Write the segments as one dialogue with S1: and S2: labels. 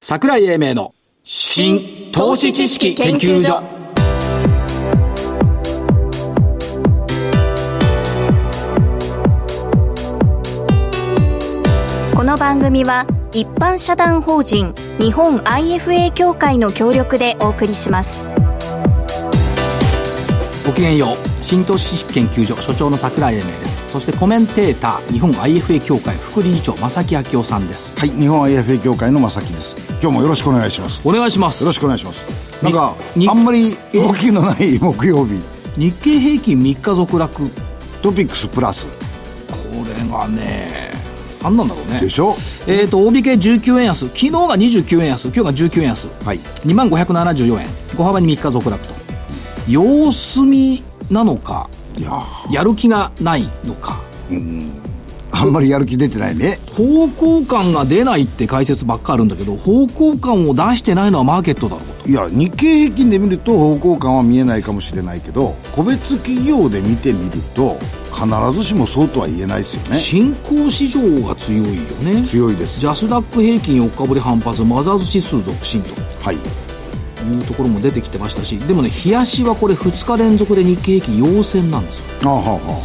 S1: 桜井英明の新投資知識研究所
S2: この番組は一般社団法人日本 IFA 協会の協力でお送りします
S1: ごきげんよう新投資知識研究所所長の桜井英明ですそしてコメンテーター日本 IFA 協会副理事長正木昭夫さんです
S3: はい、日本 IFA 協会の正木です。今日もよろしくお願いします。よ
S1: お願いします
S3: ろしくお願いします。なんか、
S1: に
S3: あんまり動きのない 木曜日、
S1: 日経平均3日続落こ
S3: トピックスプラス
S1: れがね何なんだろうね
S3: でしょ
S1: えっ、ー、と、大引け19円安、昨日が29円安、今日が19円安、
S3: はい
S1: 2万574円、小幅に3日続落と、様子見なのか、
S3: いやー
S1: やる気がないのか、
S3: あんまりやる気出てないね。
S1: 方向感が出ないって解説ばっかあるんだけど、方向感を出してないのはマーケットだろうと。
S3: いや、日経平均で見ると方向感は見えないかもしれないけど、個別企業で見てみると、必ずしもそうとは言えないですよね。
S1: 新興市場が強いよね。
S3: 強いです。
S1: ジャスダック平均4日ぶり反発、マザーズ指数続伸と
S3: はい。
S1: いうところも出てきてましたし、でもね、冷やしはこれ2日連続で日経平均陽線なんですよ。
S3: あーはーはーは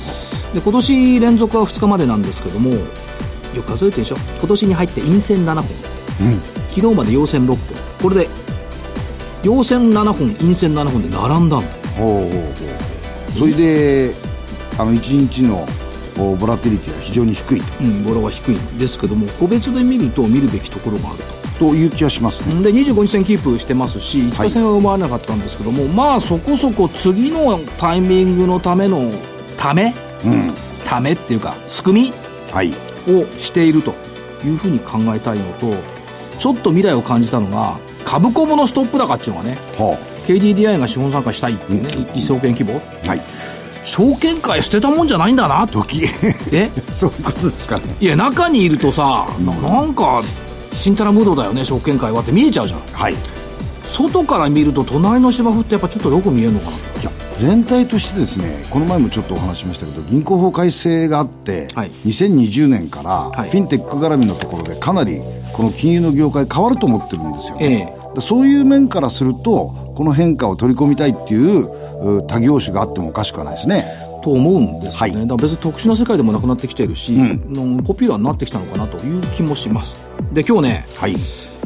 S1: で今年連続は2日までなんですけどもよく数えてるでしょ今年に入って陰線7本
S3: ーうん。
S1: 昨日まで陽線6本これで陽線7本陰線7本で並んだの
S3: ほうほうほう。それで、あの、1日のおボラティリティは非常に低い
S1: うんボラは低いんですけども個別で見ると見るべきところがあると
S3: という気がしますね。
S1: で25日線キープしてますし1日線は生まれなかったんですけども、まあそこそこ次のタイミングのためのため
S3: うん。
S1: ためっていうか仕組み
S3: はい。
S1: をしているというふうに考えたいのとちょっと未来を感じたのが株コボのストップ高っていうのがね
S3: は
S1: KDDI が資本参加したいっていうね、1000億円規模
S3: あ、はい
S1: 証券会捨てたもんじゃないんだなと
S3: 時
S1: え
S3: そういうことですかね
S1: いや中にいるとさななんかちんたら無道だよね証券会はって見えちゃうじゃん
S3: はいい
S1: 外から見ると隣の芝生ってやっぱちょっとよく見えるのかな
S3: や全体としてですねこの前もちょっとお話しましたけど銀行法改正があって、
S1: はい
S3: 2020年から、
S1: い
S3: フィンテック絡みのところでかなりこの金融の業界変わると思ってるんですよ、
S1: え
S3: でそういう面からするとこの変化を取り込みたいっていうう他業種があってもおかしくはないですね
S1: と思うんですよね、
S3: は
S1: だか
S3: い
S1: ら別に特殊な世界でもなくなってきてるし、うんポピュラーになってきたのかなという気もしますで今日ね
S3: はい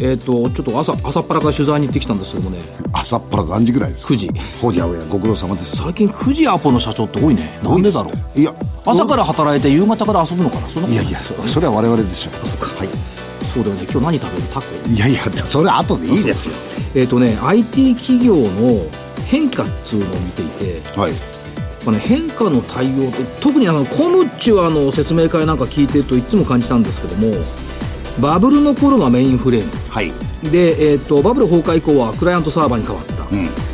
S1: えっ、とちょっと朝朝っぱらから取材に行ってきたんですけどもね
S3: 朝っぱら何時ぐらいですか
S1: 9時
S3: ほやほやご苦労様です
S1: 最近9時アポの社長って多いねなんでだろう
S3: いや
S1: 朝から働いて夕方から遊ぶのかなそんなこと
S3: いや
S1: ない
S3: いやそそれは我々でしょはい
S1: そうだよね今日何食べるタコ
S3: いやいや、それは後でいいですよ。
S1: えっ、とね IT 企業の変化っつうのを見ていて、
S3: はい。
S1: まあね、変化の対応と特にあのコムっちゅうあの説明会なんか聞いてるといつも感じたんですけどもバブルの頃がメインフレーム
S3: はい。
S1: で、えー、とバブル崩壊以降はクライアントサーバーに変わった、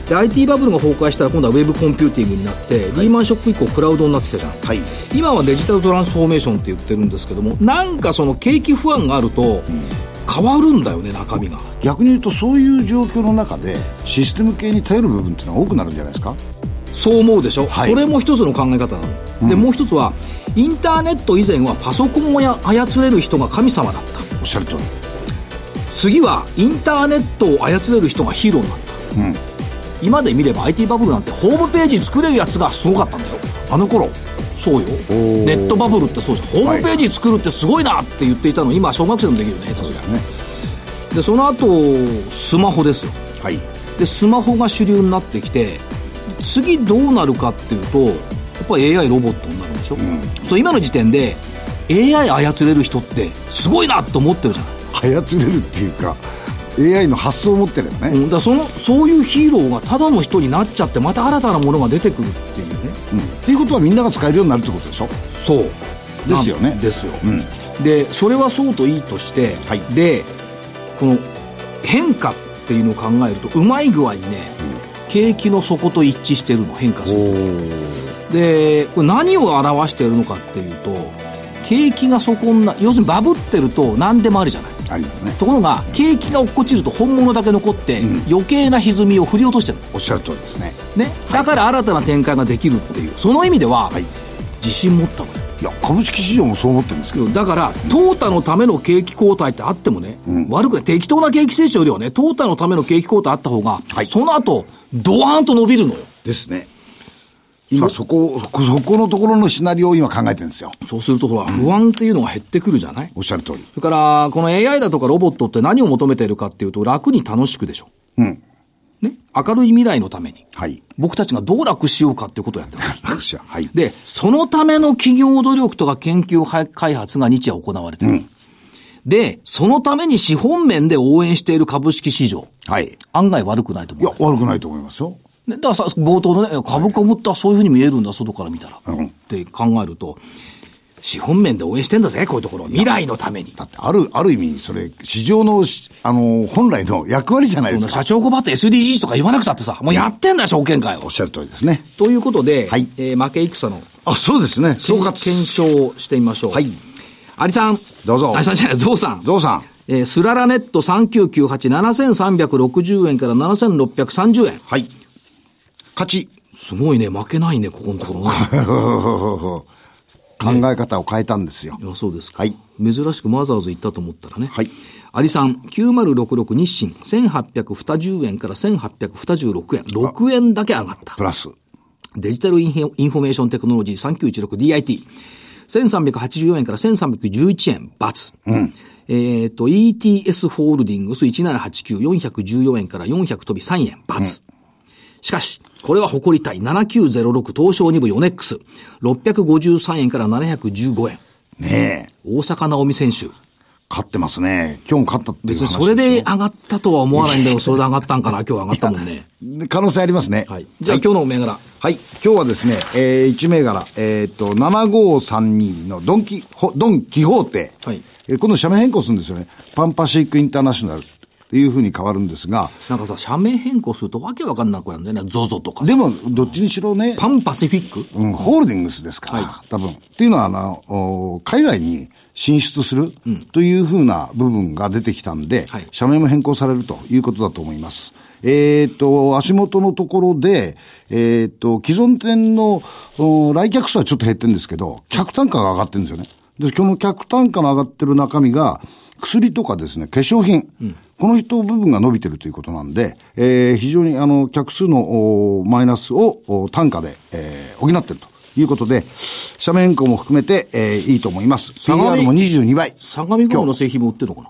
S1: で IT バブルが崩壊したら今度はウェブコンピューティングになって、リーマンショック以降クラウドになってきたじゃん
S3: はい。
S1: 今はデジタルトランスフォーメーションって言ってるんですけどもなんかその景気不安があると変わるんだよね中身が
S3: 逆に言うと、そういう状況の中で、システム系に頼る部分っていうのは多くなるんじゃないですか
S1: そう思うでしょ、
S3: はい
S1: それも一つの考え方なの、でもう一つはインターネット以前はパソコンをや操れる人が神様だった
S3: おっしゃる通り。
S1: 次はインターネットを操れる人がヒーローになった、今で見れば IT バブルなんてホームページ作れるやつがすごかったんだよ
S3: あの頃、
S1: そうよ
S3: ー
S1: ネットバブルってそうじゃんホームページ作るってすごいなって言っていたの今小学生でもできるよね確か
S3: ね。
S1: でその後スマホですよ
S3: はい。
S1: でスマホが主流になってきて次どうなるかっていうとやっぱり AI ロボットになるんでしょ、そう今の時点で AI 操れる人ってすごいなと思ってるじゃない
S3: 操れるっていうか、AI の発想を持ってれば
S1: う
S3: ね。
S1: んだからそのそういうヒーローがただの人になっちゃってまた新たなものが出てくるっていうね
S3: うん。っていうことはみんなが使えるようになるってことでしょ
S1: そう
S3: ですよね
S1: なんですよ、
S3: ん
S1: でそれはそうといいとして、
S3: はい
S1: でこの変化っていうのを考えるとうまい具合にね、景気の底と一致してるの変化するでこれ何を表しているのかっていうと景気が底んな要するにバブってると何でもありじゃない
S3: ありますね。
S1: ところが景気が落っこちると本物だけ残って余計な歪みを振り落としてる
S3: おっしゃる通りですね。
S1: ねだから新たな展開ができるっていうその意味では
S3: はい
S1: 自信持った方がいい
S3: いや株式市場もそう思ってるんですけど
S1: だから、淘汰のための景気後退ってあってもね、悪くない、適当な景気成長よりはね、淘汰のための景気後退あった方が、
S3: はい
S1: その後、ドワーンと伸びるのよ。
S3: ですね今そこそこそこのところのシナリオを今考えてるんですよ
S1: そうすると、ほら、不安っていうのが減ってくるじゃない、
S3: おっしゃる通り
S1: それから、この AI だとかロボットって何を求めているかっていうと、楽に楽しくでしょ。
S3: うん
S1: ね。明るい未来のために。
S3: はい
S1: 僕たちがどう楽しようかっていうことをやってます。
S3: 楽しやはい
S1: で、そのための企業努力とか研究開発が日夜行われてる。で、そのために資本面で応援している株式市場。
S3: はいい
S1: 案外悪くないと思
S3: や
S1: う。
S3: 悪くないと思いますよ
S1: ねだからさ、冒頭のね、株株ってそういうふうに見えるんだ、外から見たら。
S3: うん
S1: って考えると、資本面で応援してんだぜ、こういうところ。未来のために。
S3: だってあるある意味それ市場のしあの本来の役割じゃないです
S1: 社
S3: か
S1: 長困って SDGs とか言わなくたってさ、もうやってんだよ、証券会を
S3: おっ。しゃる通りですね
S1: ということで、
S3: はい
S1: えー負け戦の
S3: あそうですね総
S1: 検
S3: 括
S1: 証をしてみましょう。
S3: はい。
S1: 有さん。
S3: どうぞ
S1: 有さんじゃない、ゾウさん。
S3: ゾウさん
S1: えースララネット3998、7360円から7630円。
S3: はい勝ち
S1: すごいね、負けないね、ここのところね。
S3: 考え方を変えたんですよ
S1: いや、そうですか。
S3: はい
S1: 珍しくマザーズ行ったと思ったらね。
S3: はい。
S1: 有さん、9066日清、1820円から1826円。6円だけ上がった。
S3: プラス
S1: デジタルインフォインフォメーションテクノロジー 3916DIT。1384円から1311円、×。えっ、と、ETS ホールディングス1789、414円から400飛び3円、×しかし、これは誇りたい。7906東証2部ヨネックス。653円から715円。
S3: ねえ
S1: 大阪直美選手。
S3: 勝ってますね今日も勝ったっていう
S1: 別
S3: 話
S1: に
S3: す
S1: それで上がったとは思わないんだけど、それで上がったんかな今日上がったもんね。
S3: で可能性ありますね
S1: はい。じゃあ今日の銘柄。
S3: はい。今日はですね、えー、1銘柄、えっ、と、7532のドンキホ、ドンキホーテ。
S1: はい
S3: えー今度社名変更するんですよね。パンパシフィックインターナショナルっていうふうに変わるんですが、
S1: なんかさ、社名変更するとわけわかんなくなるんだよね。ゾゾとかさ。
S3: でも、どっちにしろね、
S1: パンパシフィック
S3: うん、ホールディングスですから、
S1: は
S3: 多分。っていうのは、あの、お海外に進出するというふうな部分が出てきたんで、
S1: はい
S3: 社名も変更されるということだと思います。えっ、と、足元のところで、えっ、と、既存店のお来客数はちょっと減ってるんですけど、客単価が上がってるんですよね。で、この客単価の上がってる中身が、薬とかですね、化粧品。この人部分が伸びてるということなんで、えー非常にあの、客数のおマイナスをお単価で、えー補ってるということで、社名変更も含めて、えーいいと思います。
S1: 下がり
S3: PR も22倍。
S1: 相模湖の製品も売ってるのかな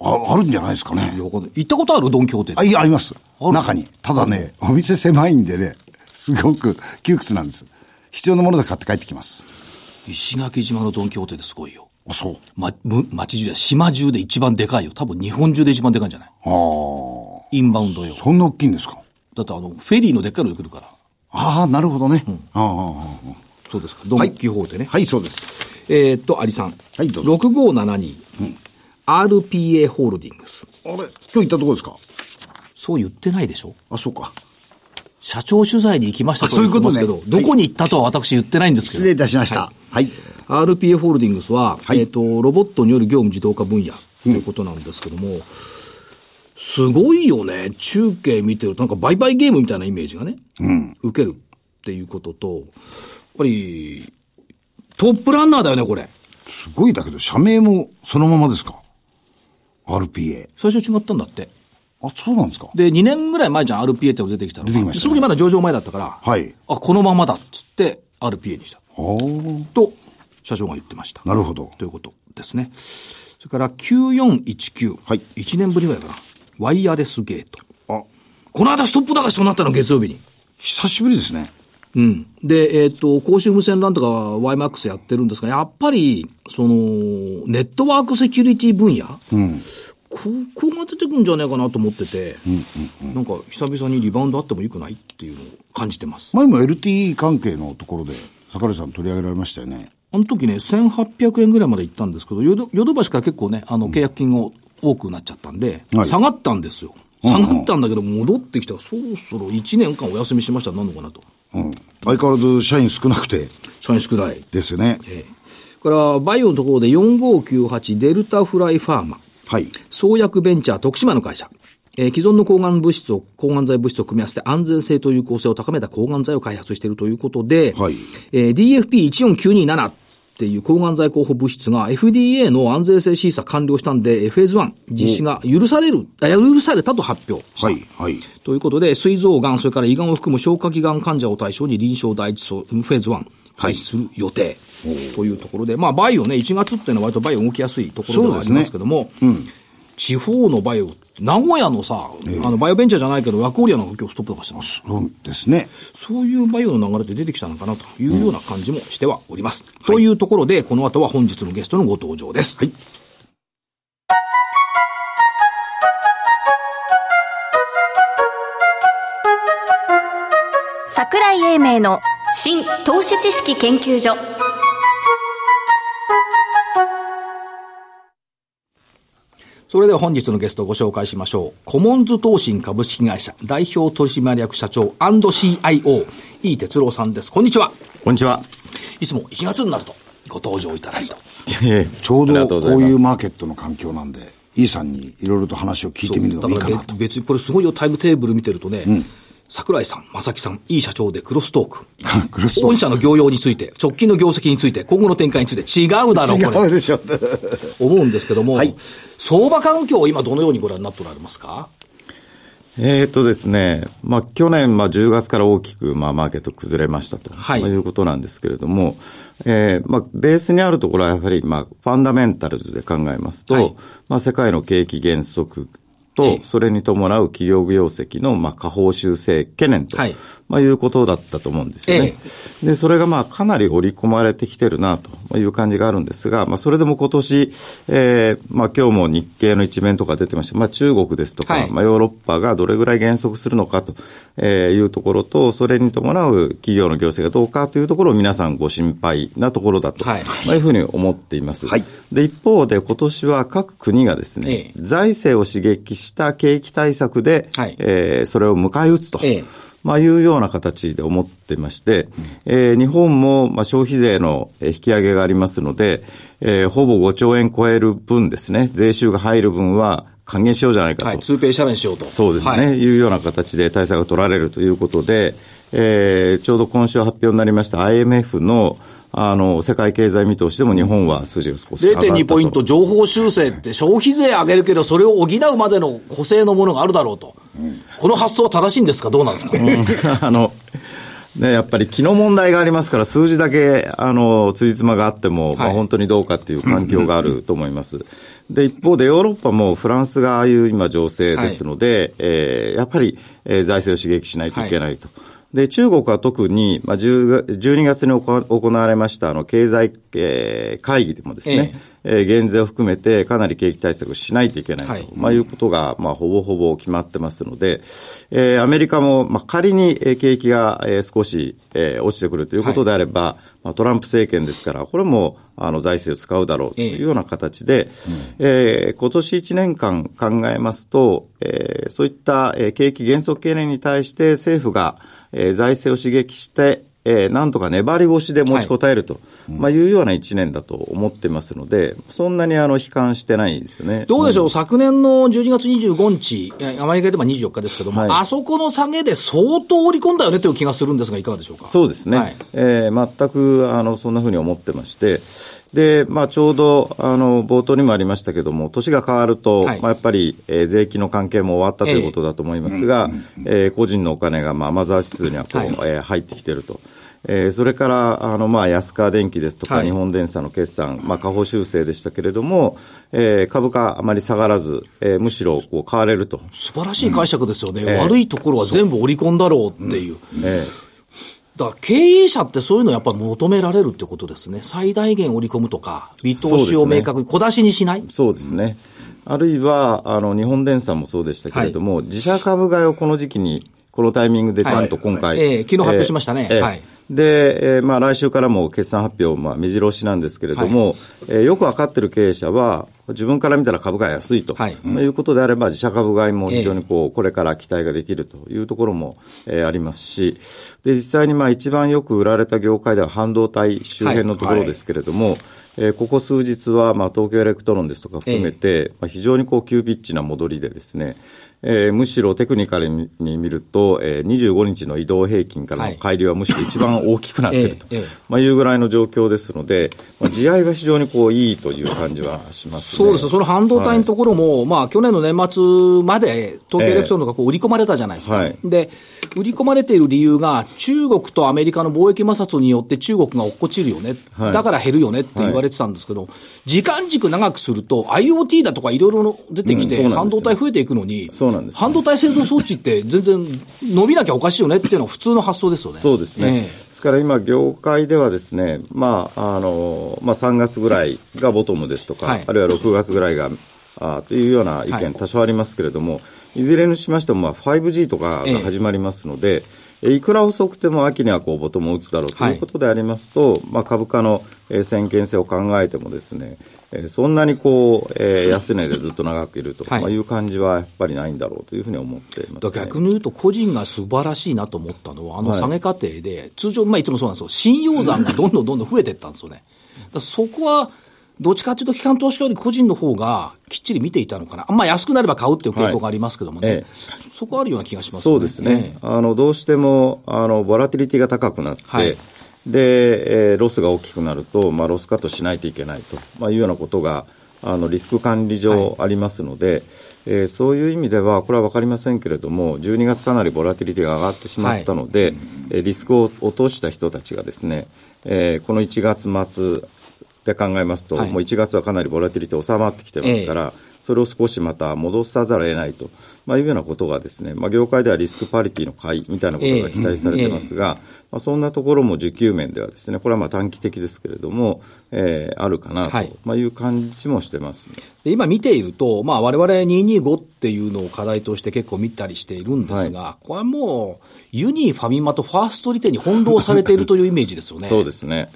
S3: ああるんじゃないですかね
S1: い。や、わかんない。行ったことあるドンキホーテ。
S3: あ、いや、あります。
S1: ある
S3: 中に。ただね、お店狭いんでね、すごく窮屈なんです。必要なものだけ買って帰ってきます。
S1: 石垣島のドンキホーテってすごいよ。
S3: あ、そう。
S1: ま、む町中で、島中で一番でかいよ。多分日本中で一番でかいんじゃない
S3: ああ。
S1: インバウンド用。
S3: そんな大きいんですか
S1: だってあの、フェリーのでっかいので来るから。
S3: ああ、なるほどね。あああああ
S1: そうですか。ドンキホーテね。
S3: あはい、そうです。
S1: えーっと、アリさん。
S3: はいどうぞ
S1: 6572。RPA ホールディングス。
S3: あれ今日行ったとこですか
S1: そう言ってないでしょ
S3: あ、そうか。
S1: 社長取材に行きましたと
S3: あそうい
S1: 言
S3: う
S1: って
S3: こと
S1: ま
S3: ね
S1: すけど、どこに行ったとは私言ってないんですけど。
S3: 失礼いたしました。はい。
S1: RPA ホールディングスは、
S3: はい
S1: えっ、と、ロボットによる業務自動化分野ということなんですけども、すごいよね。中継見てると、なんか売買ゲームみたいなイメージがね、受けるっていうことと、やっぱり、トップランナーだよね、これ。
S3: すごいだけど、社名もそのままですか ?RPA。
S1: 最初違ったんだって。
S3: あ、そうなんですか
S1: で、2年ぐらい前じゃん、RPA っての出てきたのが。
S3: 出てきましたね
S1: その時まだ上場前だったから、
S3: はい
S1: あ、このままだっつって、RPA にした。
S3: ああ。
S1: と、社長が言ってました。
S3: なるほど。
S1: ということですね。それから9419。
S3: はい
S1: 1年ぶりぐらいかな。ワイヤレスゲート。
S3: あ、
S1: この間ストップ高しそうになったの、月曜日に。
S3: 久しぶりですね。
S1: うん。で、えっ、と、公衆無線 LAN とか YMAX やってるんですが、やっぱり、その、ネットワークセキュリティ分野、ここが出てくんじゃねえかなと思ってて、なんか久々にリバウンドあってもよくないっていうのを感じてます。
S3: 前も LTE 関係のところで、桜井さん取り上げられましたよね。
S1: あの時ね、1800円ぐらいまで行ったんですけど、ヨドヨドバシから結構ね、あの、契約金を多くなっちゃったんで、
S3: はい
S1: 下がったんですよ。
S3: うん
S1: 下がったんだけど、戻ってきたら、そろそろ1年間お休みしましたらなんのかなと。
S3: うん。相変わらず社員少なくて
S1: 社員宿題。
S3: ですよね。
S1: ええそれから、バイオのところで4598デルタフライファーマ。
S3: はい。
S1: 創薬ベンチャー徳島の会社。ええー既存の抗がん物質を、抗がん剤物質を組み合わせて安全性と有効性を高めた抗がん剤を開発しているということで、
S3: はい
S1: えー DFP14927 っていう抗がん剤候補物質が FDA の安全性審査完了したんで、フェーズ1実施が許される、あ許されたと発表。
S3: はい、はい。
S1: ということで、膵臓がん、それから胃がんを含む消化器がん患者を対象に臨床第一層、フェーズ1。開始する予定というところで、まあ、バイオね、1月っていうのは割とバイオ動きやすいところではありますけども、地方のバイオ、名古屋のさ、あの、バイオベンチャーじゃないけど、ワクオリアの今日ストップとかしてます。
S3: そうですね。
S1: そういうバイオの流れで出てきたのかなというような感じもしてはおります。というところで、この後は本日のゲストのご登場です。
S3: はい。
S2: 桜井英明の新投資知識研究所
S1: それでは本日のゲストをご紹介しましょう。コモンズ投信株式会社代表取締役社長 &CIO、井伊哲郎さんです。こんにちは。
S4: こんにちは。
S1: いつも1月になるとご登場いただいて。
S3: ちょう
S4: ありが
S3: ど
S4: と
S3: こ
S4: ござ
S3: う
S4: ま
S3: い
S4: す
S3: うマーケットの環境なんで、イーさんにいろいろと話を聞いてみるのもいいかなと。
S1: 別にこれすごいよ、タイムテーブル見てるとね、桜井さん、正木さん、いい社長でクロストーク。
S3: クロストーク
S1: 御社の業用について、直近の業績について、今後の展開について違うだろう、これ。
S3: 違う でしょ。
S1: 思うんですけども、
S3: はい
S1: 相場環境を今どのようにご覧になっておられますか
S4: えーっとですね、まあ、去年、まあ、10月から大きく、まあ、マーケット崩れましたと、
S1: はい
S4: まあいうことなんですけれども、えーまあ、ベースにあるところはやはり、まあ、ファンダメンタルズで考えますと、
S1: はい
S4: まあ、世界の景気減速
S1: え
S4: と
S1: え、
S4: それに伴う企業業績の、まあ、下方修正懸念と、
S1: はい
S4: いまあ、いうことだったと思うんですよね。で、それが、まあ、かなり織り込まれてきてるな、という感じがあるんですが、まあ、それでも今年、えーまあ、今日も日経の一面とか出てました、まあ、中国ですとか、
S1: はい
S4: まあ、ヨーロッパがどれぐらい減速するのかとえーいうところと、それに伴う企業の業績がどうかというところを皆さんご心配なところだと、
S1: はい
S4: いまあ、いうふうに思っています。
S3: はい
S4: で、一方で今年は各国がですね、
S1: ええ
S4: 財政を刺激した景気対策で、
S1: はい
S4: えーそれを迎え撃つと。
S1: ええ
S4: まあいうような形で思ってまして、えー日本もまあ消費税のえー引き上げがありますので、えーほぼ5兆円超える分ですね、税収が入る分は還元しようじゃないかと。
S1: はい、通ペイチャレンジしようと。
S4: そうですね、
S1: はい
S4: い、うような形で対策が取られるということで、えーちょうど今週発表になりました IMF のあの世界経済見通しでも日本は数字が少し上がったと
S1: 0.2ポイント情報修正って消費税上げるけど、それを補うまでの補正のものがあるだろうと。この発想は正しいんですかどうなんですか、
S4: あの、ね、やっぱり気の問題がありますから、数字だけ、あの、つじつまがあっても、まあ、本当にどうかっていう環境があると思います。で、一方でヨーロッパもフランスがああいう今情勢ですので、えーやっぱり、えー財政を刺激しないといけないと。で、中国は特に、まあ、10月12月に行わ行われました、あの、経済、えー会議でもですね、えー減税を含めてかなり景気対策をしないといけないと、
S1: はい
S4: まあ、いうことが、まあ、ほぼほぼ決まってますので、えーアメリカも、まあ、仮にえー景気が、えー少し、えー落ちてくるということであれば、まあ、トランプ政権ですから、これもあの財政を使うだろうと
S1: ええ
S4: いうような形で、えー今年1年間考えますと、えーそういったえー景気減速懸念に対して政府が、えー財政を刺激して、えーなんとか粘り腰で持ちこたえると、いまあ、いうような1年だと思ってますので、そんなにあの悲観してないんですよね。
S1: どうでしょう、昨年の12月25日、えアメリカでは24日ですけども、
S4: はい
S1: あそこの下げで相当織り込んだよねという気がするんですが、いかがでしょうか。
S4: そうですね。
S1: はい
S4: えー全く、あの、そんなふうに思ってまして、で、まあ、ちょうど、あの、冒頭にもありましたけども、年が変わると、
S1: はい
S4: まあ、やっぱり、えー税金の関係も終わったということだと思いますが、えー個人のお金が、まあ、マザー指数にはこう、
S1: はい
S4: えー入ってきてると。えーそれから、あの、まあ、安川電機ですとか、
S1: はい
S4: 日本電産の決算、まあ、下方修正でしたけれども、えー株価あまり下がらず、えーむしろ、こう、買われると。
S1: 素晴らしい解釈ですよね、悪いところは全部織り込んだろうっていう。
S4: えー
S1: だから経営者ってそういうのやっぱ求められるってことですね。最大限織り込むとか、見通しを明確に、小出しにしない。
S4: そうですね。あるいは、あの、日本電産もそうでしたけれども、自社株買いをこの時期に、このタイミングでちゃんと今
S1: は
S4: 回。
S1: いええ昨日発表しましたね
S4: ええ
S1: はい
S4: で、えーまあ来週からも決算発表、まあ目白押しなんですけれども、えーよくわかってる経営者は、自分から見たら株価が安いと、
S1: はい
S4: い、うことであれば、自社株買いも非常にこう、これから期待ができるというところも、えーありますし、で、実際にまあ一番よく売られた業界では半導体周辺のところですけれども、えーここ数日は、まあ、東京エレクトロンですとか含めて、まあ、非常にこう急ピッチな戻りでですね、えーむしろテクニカルに見ると、えー、25日の移動平均からの乖離はむしろ一番大きくなってると、
S1: ええええ
S4: まあ、いうぐらいの状況ですので、まあ、地合いが非常にこういいという感じはします、ね、
S1: そうです、その半導体のところも、まあ、去年の年末まで東京エレクトロンがこう売り込まれたじゃないですか、
S4: はい
S1: で、売り込まれている理由が、中国とアメリカの貿易摩擦によって中国が落っこちるよね、
S4: はい
S1: だから減るよねって言われてたんですけど、時間軸長くすると、IoT だとかいろいろ出てき
S4: うんそうなんで
S1: て、
S4: すよ
S1: 半導体増えていくのに、
S4: そうなんですよ
S1: 半導体製造装置って全然伸びなきゃおかしいよねっていうのは普通の発想ですよね。
S4: そうですね。
S1: ええ
S4: ですから今、業界ではですね、まあ、あの、まあ、3月ぐらいがボトムですとか、
S1: はい
S4: あるいは6月ぐらいが、あというような意見、
S1: はい
S4: 多少ありますけれども、いずれにしましても、まあ、5G とかが始まりますので、えいくら遅くても秋にはこうボトムを打つだろうということでありますと、まあ、株価の、えー先見性を考えてもですね、えーそんなにこう、えー安値でずっと長くいると、
S1: はい
S4: まあ、いう感じはやっぱりないんだろうというふうに思っています、ね。
S1: だから逆に言うと、個人が素晴らしいなと思ったのは、あの下げ過程で、通常、まあ、いつもそうなんですよ、信用残がどんどんどんどん増えていったんですよ ね。だからそこは、どっちかというと、機関投資家より個人の方がきっちり見ていたのかな、あんまあ安くなれば買うっていう傾向がありますけどもね、
S4: はいえ
S1: そこはあるような気がします
S4: そうですね、
S1: え
S4: あのどうしてもあのボラティリティが高くなって、
S1: はい
S4: でえーロスが大きくなると、まあ、ロスカットしないといけないと、まあ、いうようなことがあのリスク管理上ありますので、えーそういう意味では、これは分かりませんけれども、12月かなりボラティリティが上がってしまったので、えーリスクを落とした人たちがですね、えーこの1月末で考えますと、
S1: はい
S4: もう1月はかなりボラティリティ収まってきてますから、それを少しまた戻さざるを得ないと、まあ、いうようなことがですね、まあ、業界ではリスクパリティの買いみたいなことが期待されてますが、まあ、そんなところも需給面ではですね、これはまあ短期的ですけれども、えーあるかなと、
S1: はいい
S4: まあ、いう感じもしてますね、
S1: で今見ていると、まあ、我々225っていうのを課題として結構見たりしているんですが、これはもう、ユニ、ファミマとファーストリテに翻弄されているというイメージですよね。
S4: そうですね。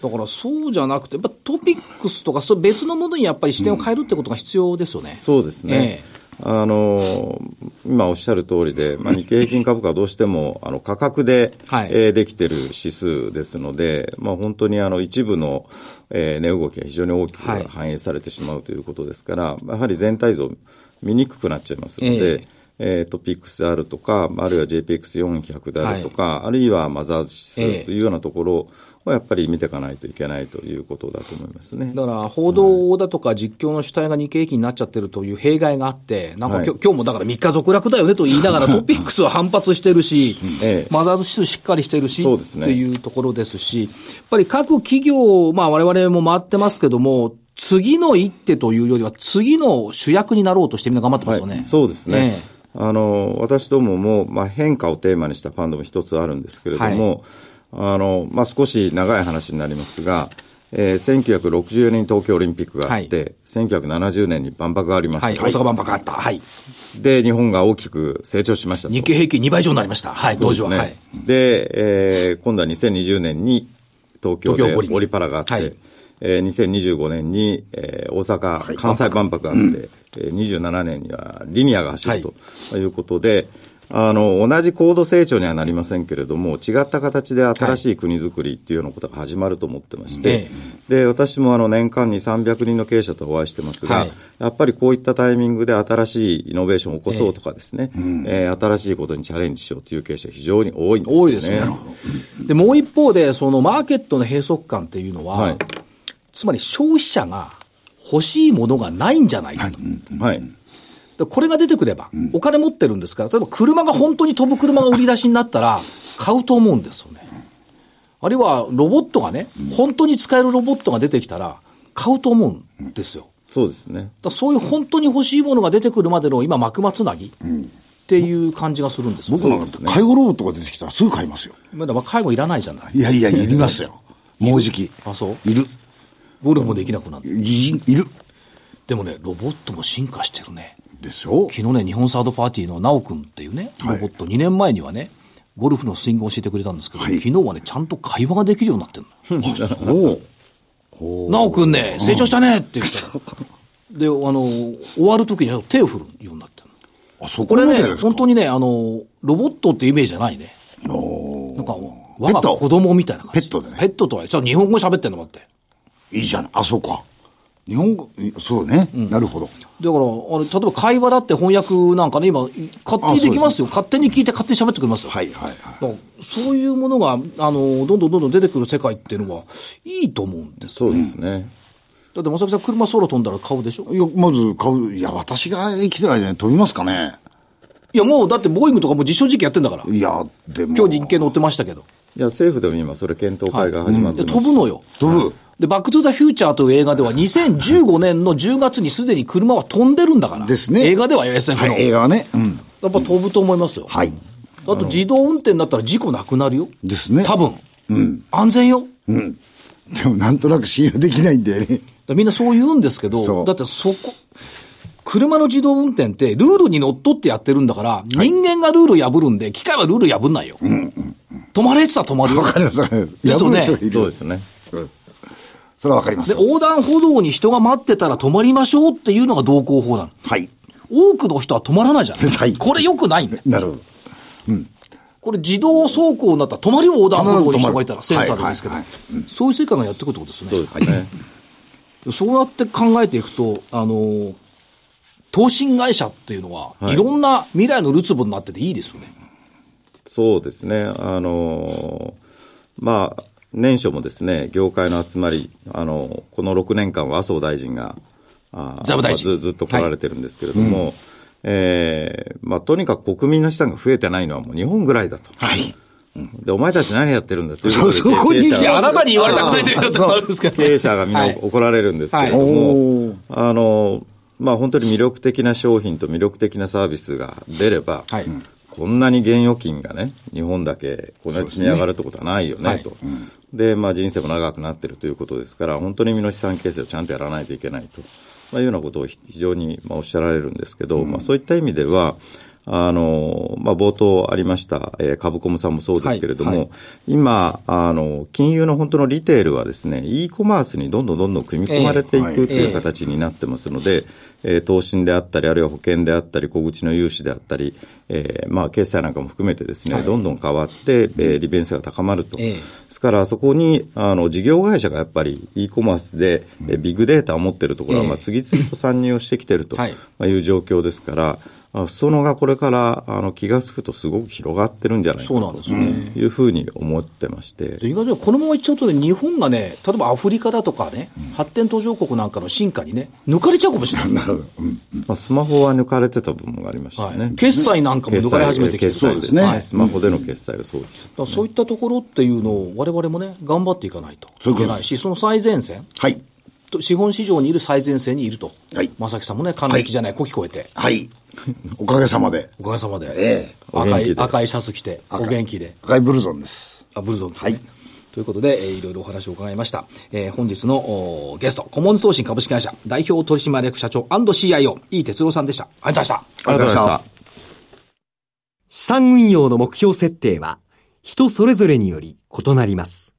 S1: だからそうじゃなくて、やっぱトピックスとか、そう別のものにやっぱり視点を変えるってことが必要ですよね。
S4: そうです
S1: え。
S4: ね
S1: え
S4: あの今おっしゃる通りで、まあ、日経平均株価はどうしてもあの価格で、
S1: はい
S4: えーできてる指数ですので、まあ、本当にあの一部の、えー値動きが非常に大きく
S1: はい
S4: 反映されてしまうということですから、やはり全体像見にくくなっちゃいますの
S1: え
S4: で
S1: え、
S4: えートピックスであるとか、まああるいは JPX400 であるとか、あるいはマザーズ指
S1: え
S4: 数
S1: え
S4: というようなところをやっぱり見ていかないといけないということだと思いますね。
S1: だから報道だとか実況の主体が日経平均になっちゃってるという弊害があって、なんかきょ、
S4: はい
S1: 今日もだから3日続落だよねと言いながら、トピックスは反発してるし、
S4: ええ
S1: マザーズ指数しっかりしてるし、
S4: そうですね
S1: っていうところですし、やっぱり各企業、まあ我々も回ってますけども、次の一手というよりは、次の主役になろうとしてみんな頑張ってますよね。
S4: はい、そうですね。
S1: ええ
S4: あの私どもも、まあ、変化をテーマにしたファンドも一つあるんですけれども、あのまあ、少し長い話になりますが、えー、1964年に東京オリンピックがあって、
S1: は
S4: 1970年に万博がありました、
S1: はい、大阪万博あった。はい。
S4: で日本が大きく成長しましたと
S1: 日経平均2倍以上になりました。はい、
S4: そう
S1: 同
S4: です
S1: 時は。
S4: ね
S1: はい。
S4: で、えー今度は2020年に東京
S1: 東
S4: で
S1: 京五輪
S4: オリパラがあって、
S1: はい
S4: えー2025年に、えー大阪、関西万博があって、えー27年にはリニアが走るということで、あの、同じ高度成長にはなりませんけれども、違った形で新しい国づくりっていうようなことが始まると思ってまして、
S1: え
S4: で、私もあの年間に300人の経営者とお会いしてますが、
S1: はい
S4: やっぱりこういったタイミングで新しいイノベーションを起こそうとかですね、えー新しいことにチャレンジしようという経営者非常に多いんですよね。
S1: 多いですね。で、もう一方で、そのマーケットの閉塞感っていうのは、
S4: はい
S1: つまり消費者が欲しいものがないんじゃないかと。
S4: はい。
S1: でこれが出てくれば、お金持ってるんですから、例えば車が本当に飛ぶ車が売り出しになったら、買うと思うんですよね。あるいはロボットがね、本当に使えるロボットが出てきたら、買うと思うんですよ。
S4: そうですね。
S1: だからそういう本当に欲しいものが出てくるまでの今、幕末なぎっていう感じがするんですよ。
S3: 僕なんか介護ロボットが出てきたらすぐ買いますよ。
S1: まだ介護いらないじゃない。
S3: いやいや、いりますよ。もうじき。
S1: あそう
S3: いる。
S1: ゴルフもできなくなって。
S3: いいる。
S1: でもね、ロボットも進化してるね。
S3: でしょ
S1: 昨日ね、日本サードパーティーのナオ君っていうね、ロボット、2年前にはね、ゴルフのスイングを教えてくれたんですけど、
S3: はい
S1: 昨日はね、ちゃんと会話ができるようになってる
S3: お
S1: の。ナオ君ね、成長したねって言ったら、で、あの、終わる時に手を振るようになってるの
S3: あ、そこ
S1: こ
S3: ま
S1: れ
S3: で
S1: ね
S3: で、すか
S1: 本当にね、あの、ロボットってイメージじゃないね。なんか、我が子供みたいな感じ。
S3: ペットでね
S1: ペットとは、ちょっと日本語喋ってんのもあって。
S3: いいじゃない。あ、そうか。日本語、そうね、なるほど。
S1: だから、あの、例えば会話だって翻訳なんかね、今、勝手にできますよ。勝手に聞いて勝手に喋ってくれますよ。
S3: はいはいはい。
S1: だからそういうものが、あの、どんどんどんどん出てくる世界っていうのは、いいと思うんです。
S4: そうですね。
S1: だって、まさきさん、車空飛んだら買うでしょ
S3: いや、まず買う。いや、私が生きてる間に飛びますかね。
S1: いや、もう、だって、ボーイングとかもう実証実験やってんだから。
S3: いや、でも。
S1: 今日日経乗ってましたけど。
S4: いや、政府でも今、それ検討会が始まっ
S1: い
S4: て
S1: や
S4: ます。
S1: 飛ぶのよ。
S3: 飛ぶ。
S1: で、バックトゥザフューチャーという映画では、2015年の10月にすでに車は飛んでるんだから。
S3: ですね
S1: 映画では SF の。
S3: はい、映
S1: やっ
S3: 画はね。うん。
S1: ぱ飛ぶと思いますよ。
S3: はい。
S1: あと自動運転だったら事故なくなるよ。
S3: ですね
S1: 多分。うん。安全よ。
S3: うん。でも、なんとなく信用できないんだよね。
S1: だみんなそう言うんですけ
S3: そ
S1: ど、
S3: う
S1: だってそこ、車の自動運転ってルールにのっとってやってるんだから、人間がルール破るんで、機械はルール破んないよ。止まれって言ったら止まるよ。
S3: わかります、わかります。
S1: ですよね
S3: 破る人いる
S4: そうですね。
S3: それはわかります
S1: で、
S3: よ。
S1: 横断歩道に人が待ってたら止まりましょうっていうのが道交法なの。
S3: はい。
S1: 多くの人は止まらないじゃ ん。
S3: はい
S1: これ良くないね。
S3: なるほど。
S1: これ自動走行になったら止まるよ、横断歩道に人がいたら、
S3: 必
S1: セ
S3: ず止
S1: ン
S3: ま
S1: サーでで
S3: る
S1: すけど
S3: はいはい。
S1: そういう世界がやってくるってことですね。
S4: そうですね。
S1: そうやって考えていくと、あの、投信会社っていうのは、い、ろんな未来のるつぼになってていいですよね。
S4: そうですね。あのーまあ、年初もですね、業界の集まり、あのこの6年間は麻生大臣が、あー
S1: 財務大臣
S4: まあずずっと来られてるんですけれども、えーまあ、とにかく国民の資産が増えてないのはもう日本ぐらいだと。
S3: はい。
S4: で、お前たち何やってるんだという
S3: そう
S4: ことで
S3: そこに
S4: 経営者はい
S3: やあな
S1: たに言われたくないんだけどってなるんですけ
S4: 経営者がみんな
S1: はい
S4: 怒られるんですけれど
S3: はい
S4: も、あの、まあ本当に魅力的な商品と魅力的なサービスが出れば、
S1: はい
S4: こんなに現預金がね、日本だけこんなに積み上がるってことはないよね、
S1: はい
S4: と。で、まあ人生も長くなってるということですから、本当に身の資産形成をちゃんとやらないといけないと。まあ、いうようなことを非常にまあおっしゃられるんですけど、まあそういった意味では、あの、まあ冒頭ありました、えーカブコムさんもそうですけれども、
S1: はいはい
S4: 今、あの、金融の本当のリテールはですね、e コマースにどんどんどんどん組み込まれてい
S3: ええ
S4: くと
S1: はい
S4: いう形になってますので、えー投信であったり、あるいは保険であったり、小口の融資であったり、えーまあ、決済なんかも含めてですね、どんどん変わって、えー利便性が高まると。
S1: ええ
S4: ですから、そこに、あの、事業会社がやっぱり e コマースで、えービッグデータを持っているところは、
S1: ええ
S4: まあ、次々と参入をしてきていると
S1: はい
S4: まあいう状況ですから、あ裾野がこれから、あの、気がつくとすごく広がってるんじゃないか
S1: そうなんですよね。
S4: というふうに思ってまして
S1: で、意外とねこのままいっちゃうとね、日本がね、例えばアフリカだとかね、発展途上国なんかの進化にね、抜かれちゃうかもしれない。
S4: まあ、スマホは抜かれてた部分がありましたよね。
S1: はい決済なんかも抜かれ始めてきてる
S4: 決済
S1: そう
S4: で
S1: です
S4: す
S1: ね
S4: ね、
S1: はい
S4: スマホでの決済をそうでした。
S1: だからそういったところっていうのを、我々もね、頑張っていかないといけないし、その最前線、
S3: はい。
S1: と資本市場にいる最前線にいると、
S3: はい
S1: 正木さんもね、還暦じゃない、こきこえて、
S3: はい。おかげさまで。
S1: おかげさまで、
S3: ええ
S1: 赤
S4: お元気
S1: い
S4: で
S1: 赤いシャツ着て、お元気で、
S3: 赤いブルゾンです。
S1: あブルゾン着て
S3: はい
S1: ということで、えーいろいろお話を伺いました。えー本日のおーゲスト、コモンズ投信株式会社、代表取締役社長 &CIO、飯哲郎さんでした。ありがとうございました。
S3: ありがとうございました。
S5: 資産運用の目標設定は人それぞれにより異なります。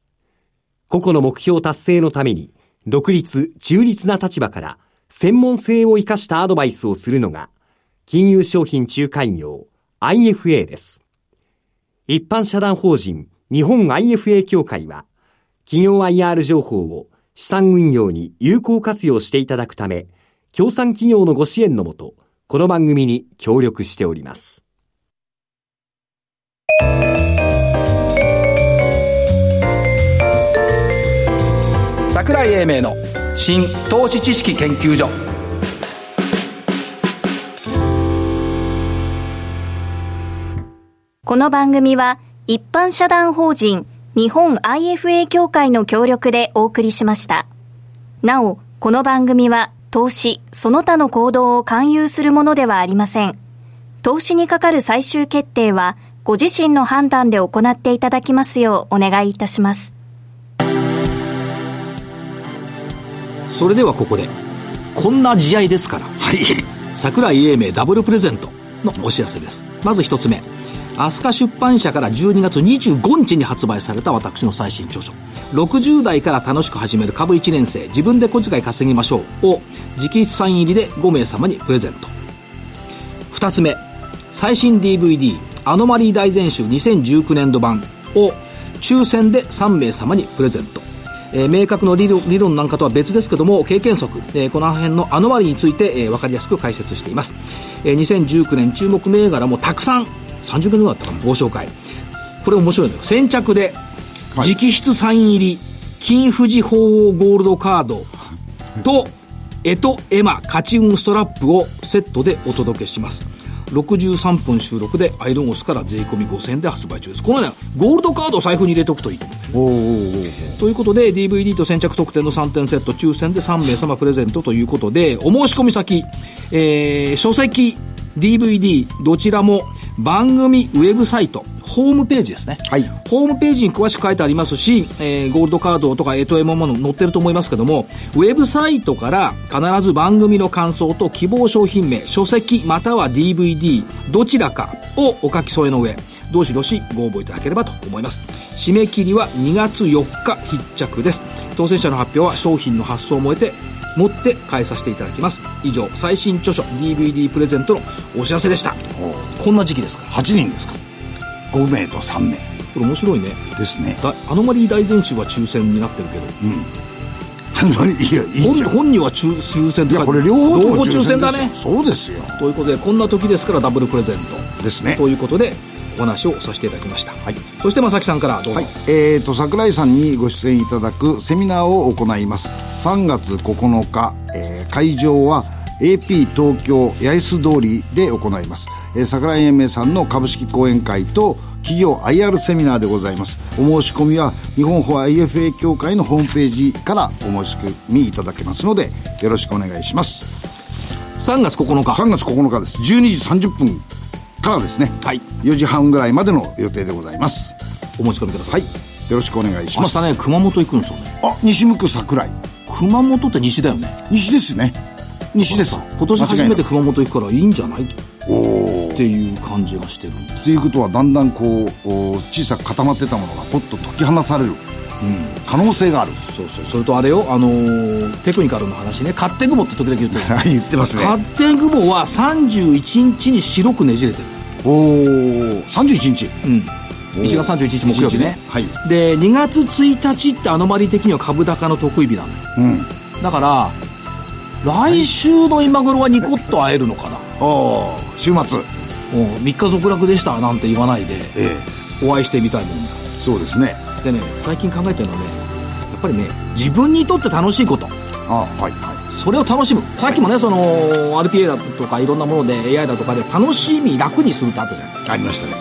S5: 個々の目標達成のために独立、中立な立場から専門性を生かしたアドバイスをするのが金融商品仲介業 IFA です。一般社団法人日本 IFA 協会は企業 IR 情報を資産運用に有効活用していただくため、協賛企業のご支援のもと、この番組に協力しております。
S1: 桜井英明の新投資知識研究所
S2: この番組は一般社団法人日本 IFA 協会の協力でお送りしました。なお、この番組は投資、その他の行動を勧誘するものではありません。投資にかかる最終決定はご自身の判断で行っていただきますようお願いいたします。
S1: それではここでこんな試合ですから桜井英明ダブルプレゼントのお知らせですまず一つ目飛鳥出版社から12月25日に発売された私の最新著書60代から楽しく始める株1年生自分で小遣い稼ぎましょうを直筆サイン入りで5名様にプレゼント2つ目最新 DVD「アノマリー大全集2019年度版」を抽選で3名様にプレゼントえー明確の理論理論なんかとは別ですけども経験則、えーこの辺のアノマリについて、えー分かりやすく解説しています、えー2019年注目銘柄もたくさん30名ぐらいだったかなご紹介これ面白いのよ先着で直筆サイン入り金富士鳳凰ゴールドカードとえとエマ勝ち運ストラップをセットでお届けします63分収録でアイドンオスから税込み5000円で発売中ですこのねゴールドカードを財布に入れておくといいと思う
S3: おおーおー
S1: ということで DVD と先着特典の3点セット抽選で3名様プレゼントということでお申し込み先、えー書籍 DVD どちらも番組ウェブサイトホームページですね、
S3: はい
S1: ホームページに詳しく書いてありますし、えーゴールドカードとかエトエモも載ってると思いますけどもウェブサイトから必ず番組の感想と希望商品名書籍または DVD どちらかをお書き添えの上どしどしご応募いただければと思います締め切りは2月4日必着です当選者の発表は商品の発送を終えて持って返させていただきます以上最新著書 DVD プレゼントのお知らせでしたこんな時期ですから
S3: 8人ですか5名と3名
S1: これ面白いね
S3: ですね
S1: だアノマリー大全集は抽選になってるけど
S3: あんまりいやいいじ
S1: 本
S3: ゃん
S1: 本人は抽抽選っ
S3: い
S1: て書
S3: や
S1: いて
S3: こ
S1: あ
S3: れ
S1: る
S3: 両方と
S1: 両
S3: も
S1: 方抽選だね
S3: ですよそうですよ
S1: ということでこんな時ですからダブルプレゼント
S3: ですね
S1: ということでお話をさせていただきました、
S3: はい
S1: そして正木さんからどうぞ、
S3: はい、えー、と桜井さんにご出演いただくセミナーを行います3月9日、えー会場は AP 東京八重洲通りで行います、えー桜井英明さんの株式講演会と企業 IR セミナーでございますお申し込みは日本法 IFA 協会のホームページからお申し込みいただけますのでよろしくお願いします
S1: 3月9日
S3: 3月9日です12時30分からですね、
S1: はい
S3: 4時半ぐらいまでの予定でございます
S1: お持ち込みください、
S3: はいよろしくお願いし
S1: 明
S3: ます
S1: 日ね熊本行くんですよね
S3: あ、西向く桜井。
S1: 熊本って西だよね
S3: 西ですね。西です。
S1: 今年初め
S3: 間違いな
S1: て
S3: く。
S1: 熊本行くからいいんじゃないっていう感じがしてるんで
S3: ということは、だんだんこう、お小さく固まってたものが、ポッと解き放される。可能性がある。
S1: すそうそうそれとあれよ、あのーテクニカルの話ね勝手雲って時々言ってる
S3: 言ってますね。
S1: 勝手雲は31日に白くねじれてる
S3: おお、三十一日。
S1: うん1月31日木曜日ね
S3: はい。
S1: で2月1日ってアノマリ的には株高の得意日なのよ
S3: うん。
S1: だから来週の今頃はニコッと会えるのかな
S3: おお、週末。
S1: 3日続落でしたなんて言わないで
S3: え
S1: お会いしてみたいもんだ
S3: え、そうですね。
S1: でね最近考えてるのはねやっぱりね自分にとって楽しいこと
S3: あ、はい、は
S1: それを楽しむさっきもねその RPA だとかいろんなもので AI だとかで楽しみ楽にするってあったじゃない
S3: い。ありましたね。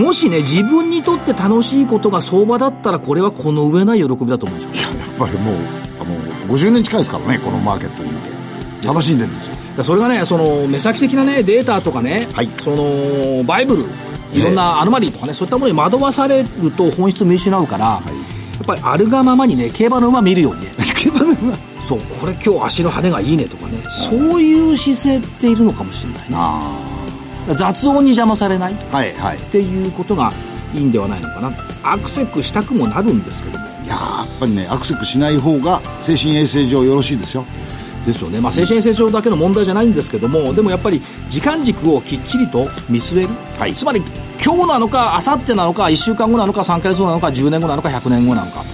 S1: もしね自分にとって楽しいことが相場だったらこれはこの上ない喜びだと思うんですよ
S3: いや、やっぱりもう、あの、五十年近いですからね、このマーケットにいて。楽しんでるんですよ。
S1: だからそれがねその目先的なねデータとかね、
S3: はい
S1: そのバイブルいろんなアノマリーとかね、そういったものに惑わされると本質見失うから、やっぱりあるがままにね競馬の馬見るようにね
S3: 競馬では。
S1: そうこれ今日足の跳ねがいいねとかね、そういう姿勢っているのかもしれないな
S3: あ
S1: 雑音に邪魔されないっ
S3: あ。はい、はい。
S1: ていうことがいいんではないのかなアクセクしたくもなるんですけども
S3: いやーやっぱりねアクセスしない方が精神衛生上よろしいですよ
S1: ですよね、まあ、精神衛生上だけの問題じゃないんですけどもでもやっぱり時間軸をきっちりと見据える、
S3: はい
S1: つまり今日なのか明後日なのか1週間後なのか3ヶ月後なのか10年後なのか100年後なのか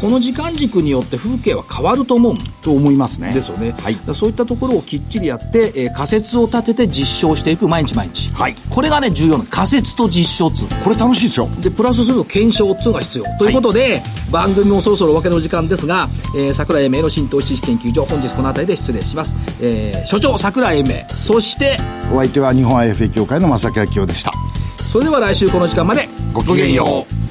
S1: この時間軸によって風景は変わると思うん
S3: と思いますね
S1: ですよね、
S3: はい
S1: だからそういったところをきっちりやって、えー仮説を立てて実証していく毎日毎日、
S3: はい
S1: これがね重要なの仮説と実証っつうの
S3: これ楽しいですよ
S1: でプラスすると検証っていうのが必要ということで、番組もそろそろお別れの時間ですが、えー、桜井英明の新投資知識研究所本日この辺りで失礼します、えー所長桜井英明そして
S3: お相手は日本 IFA 協会の正木明夫でした
S1: それでは来週この時間まで
S3: ごきげんよう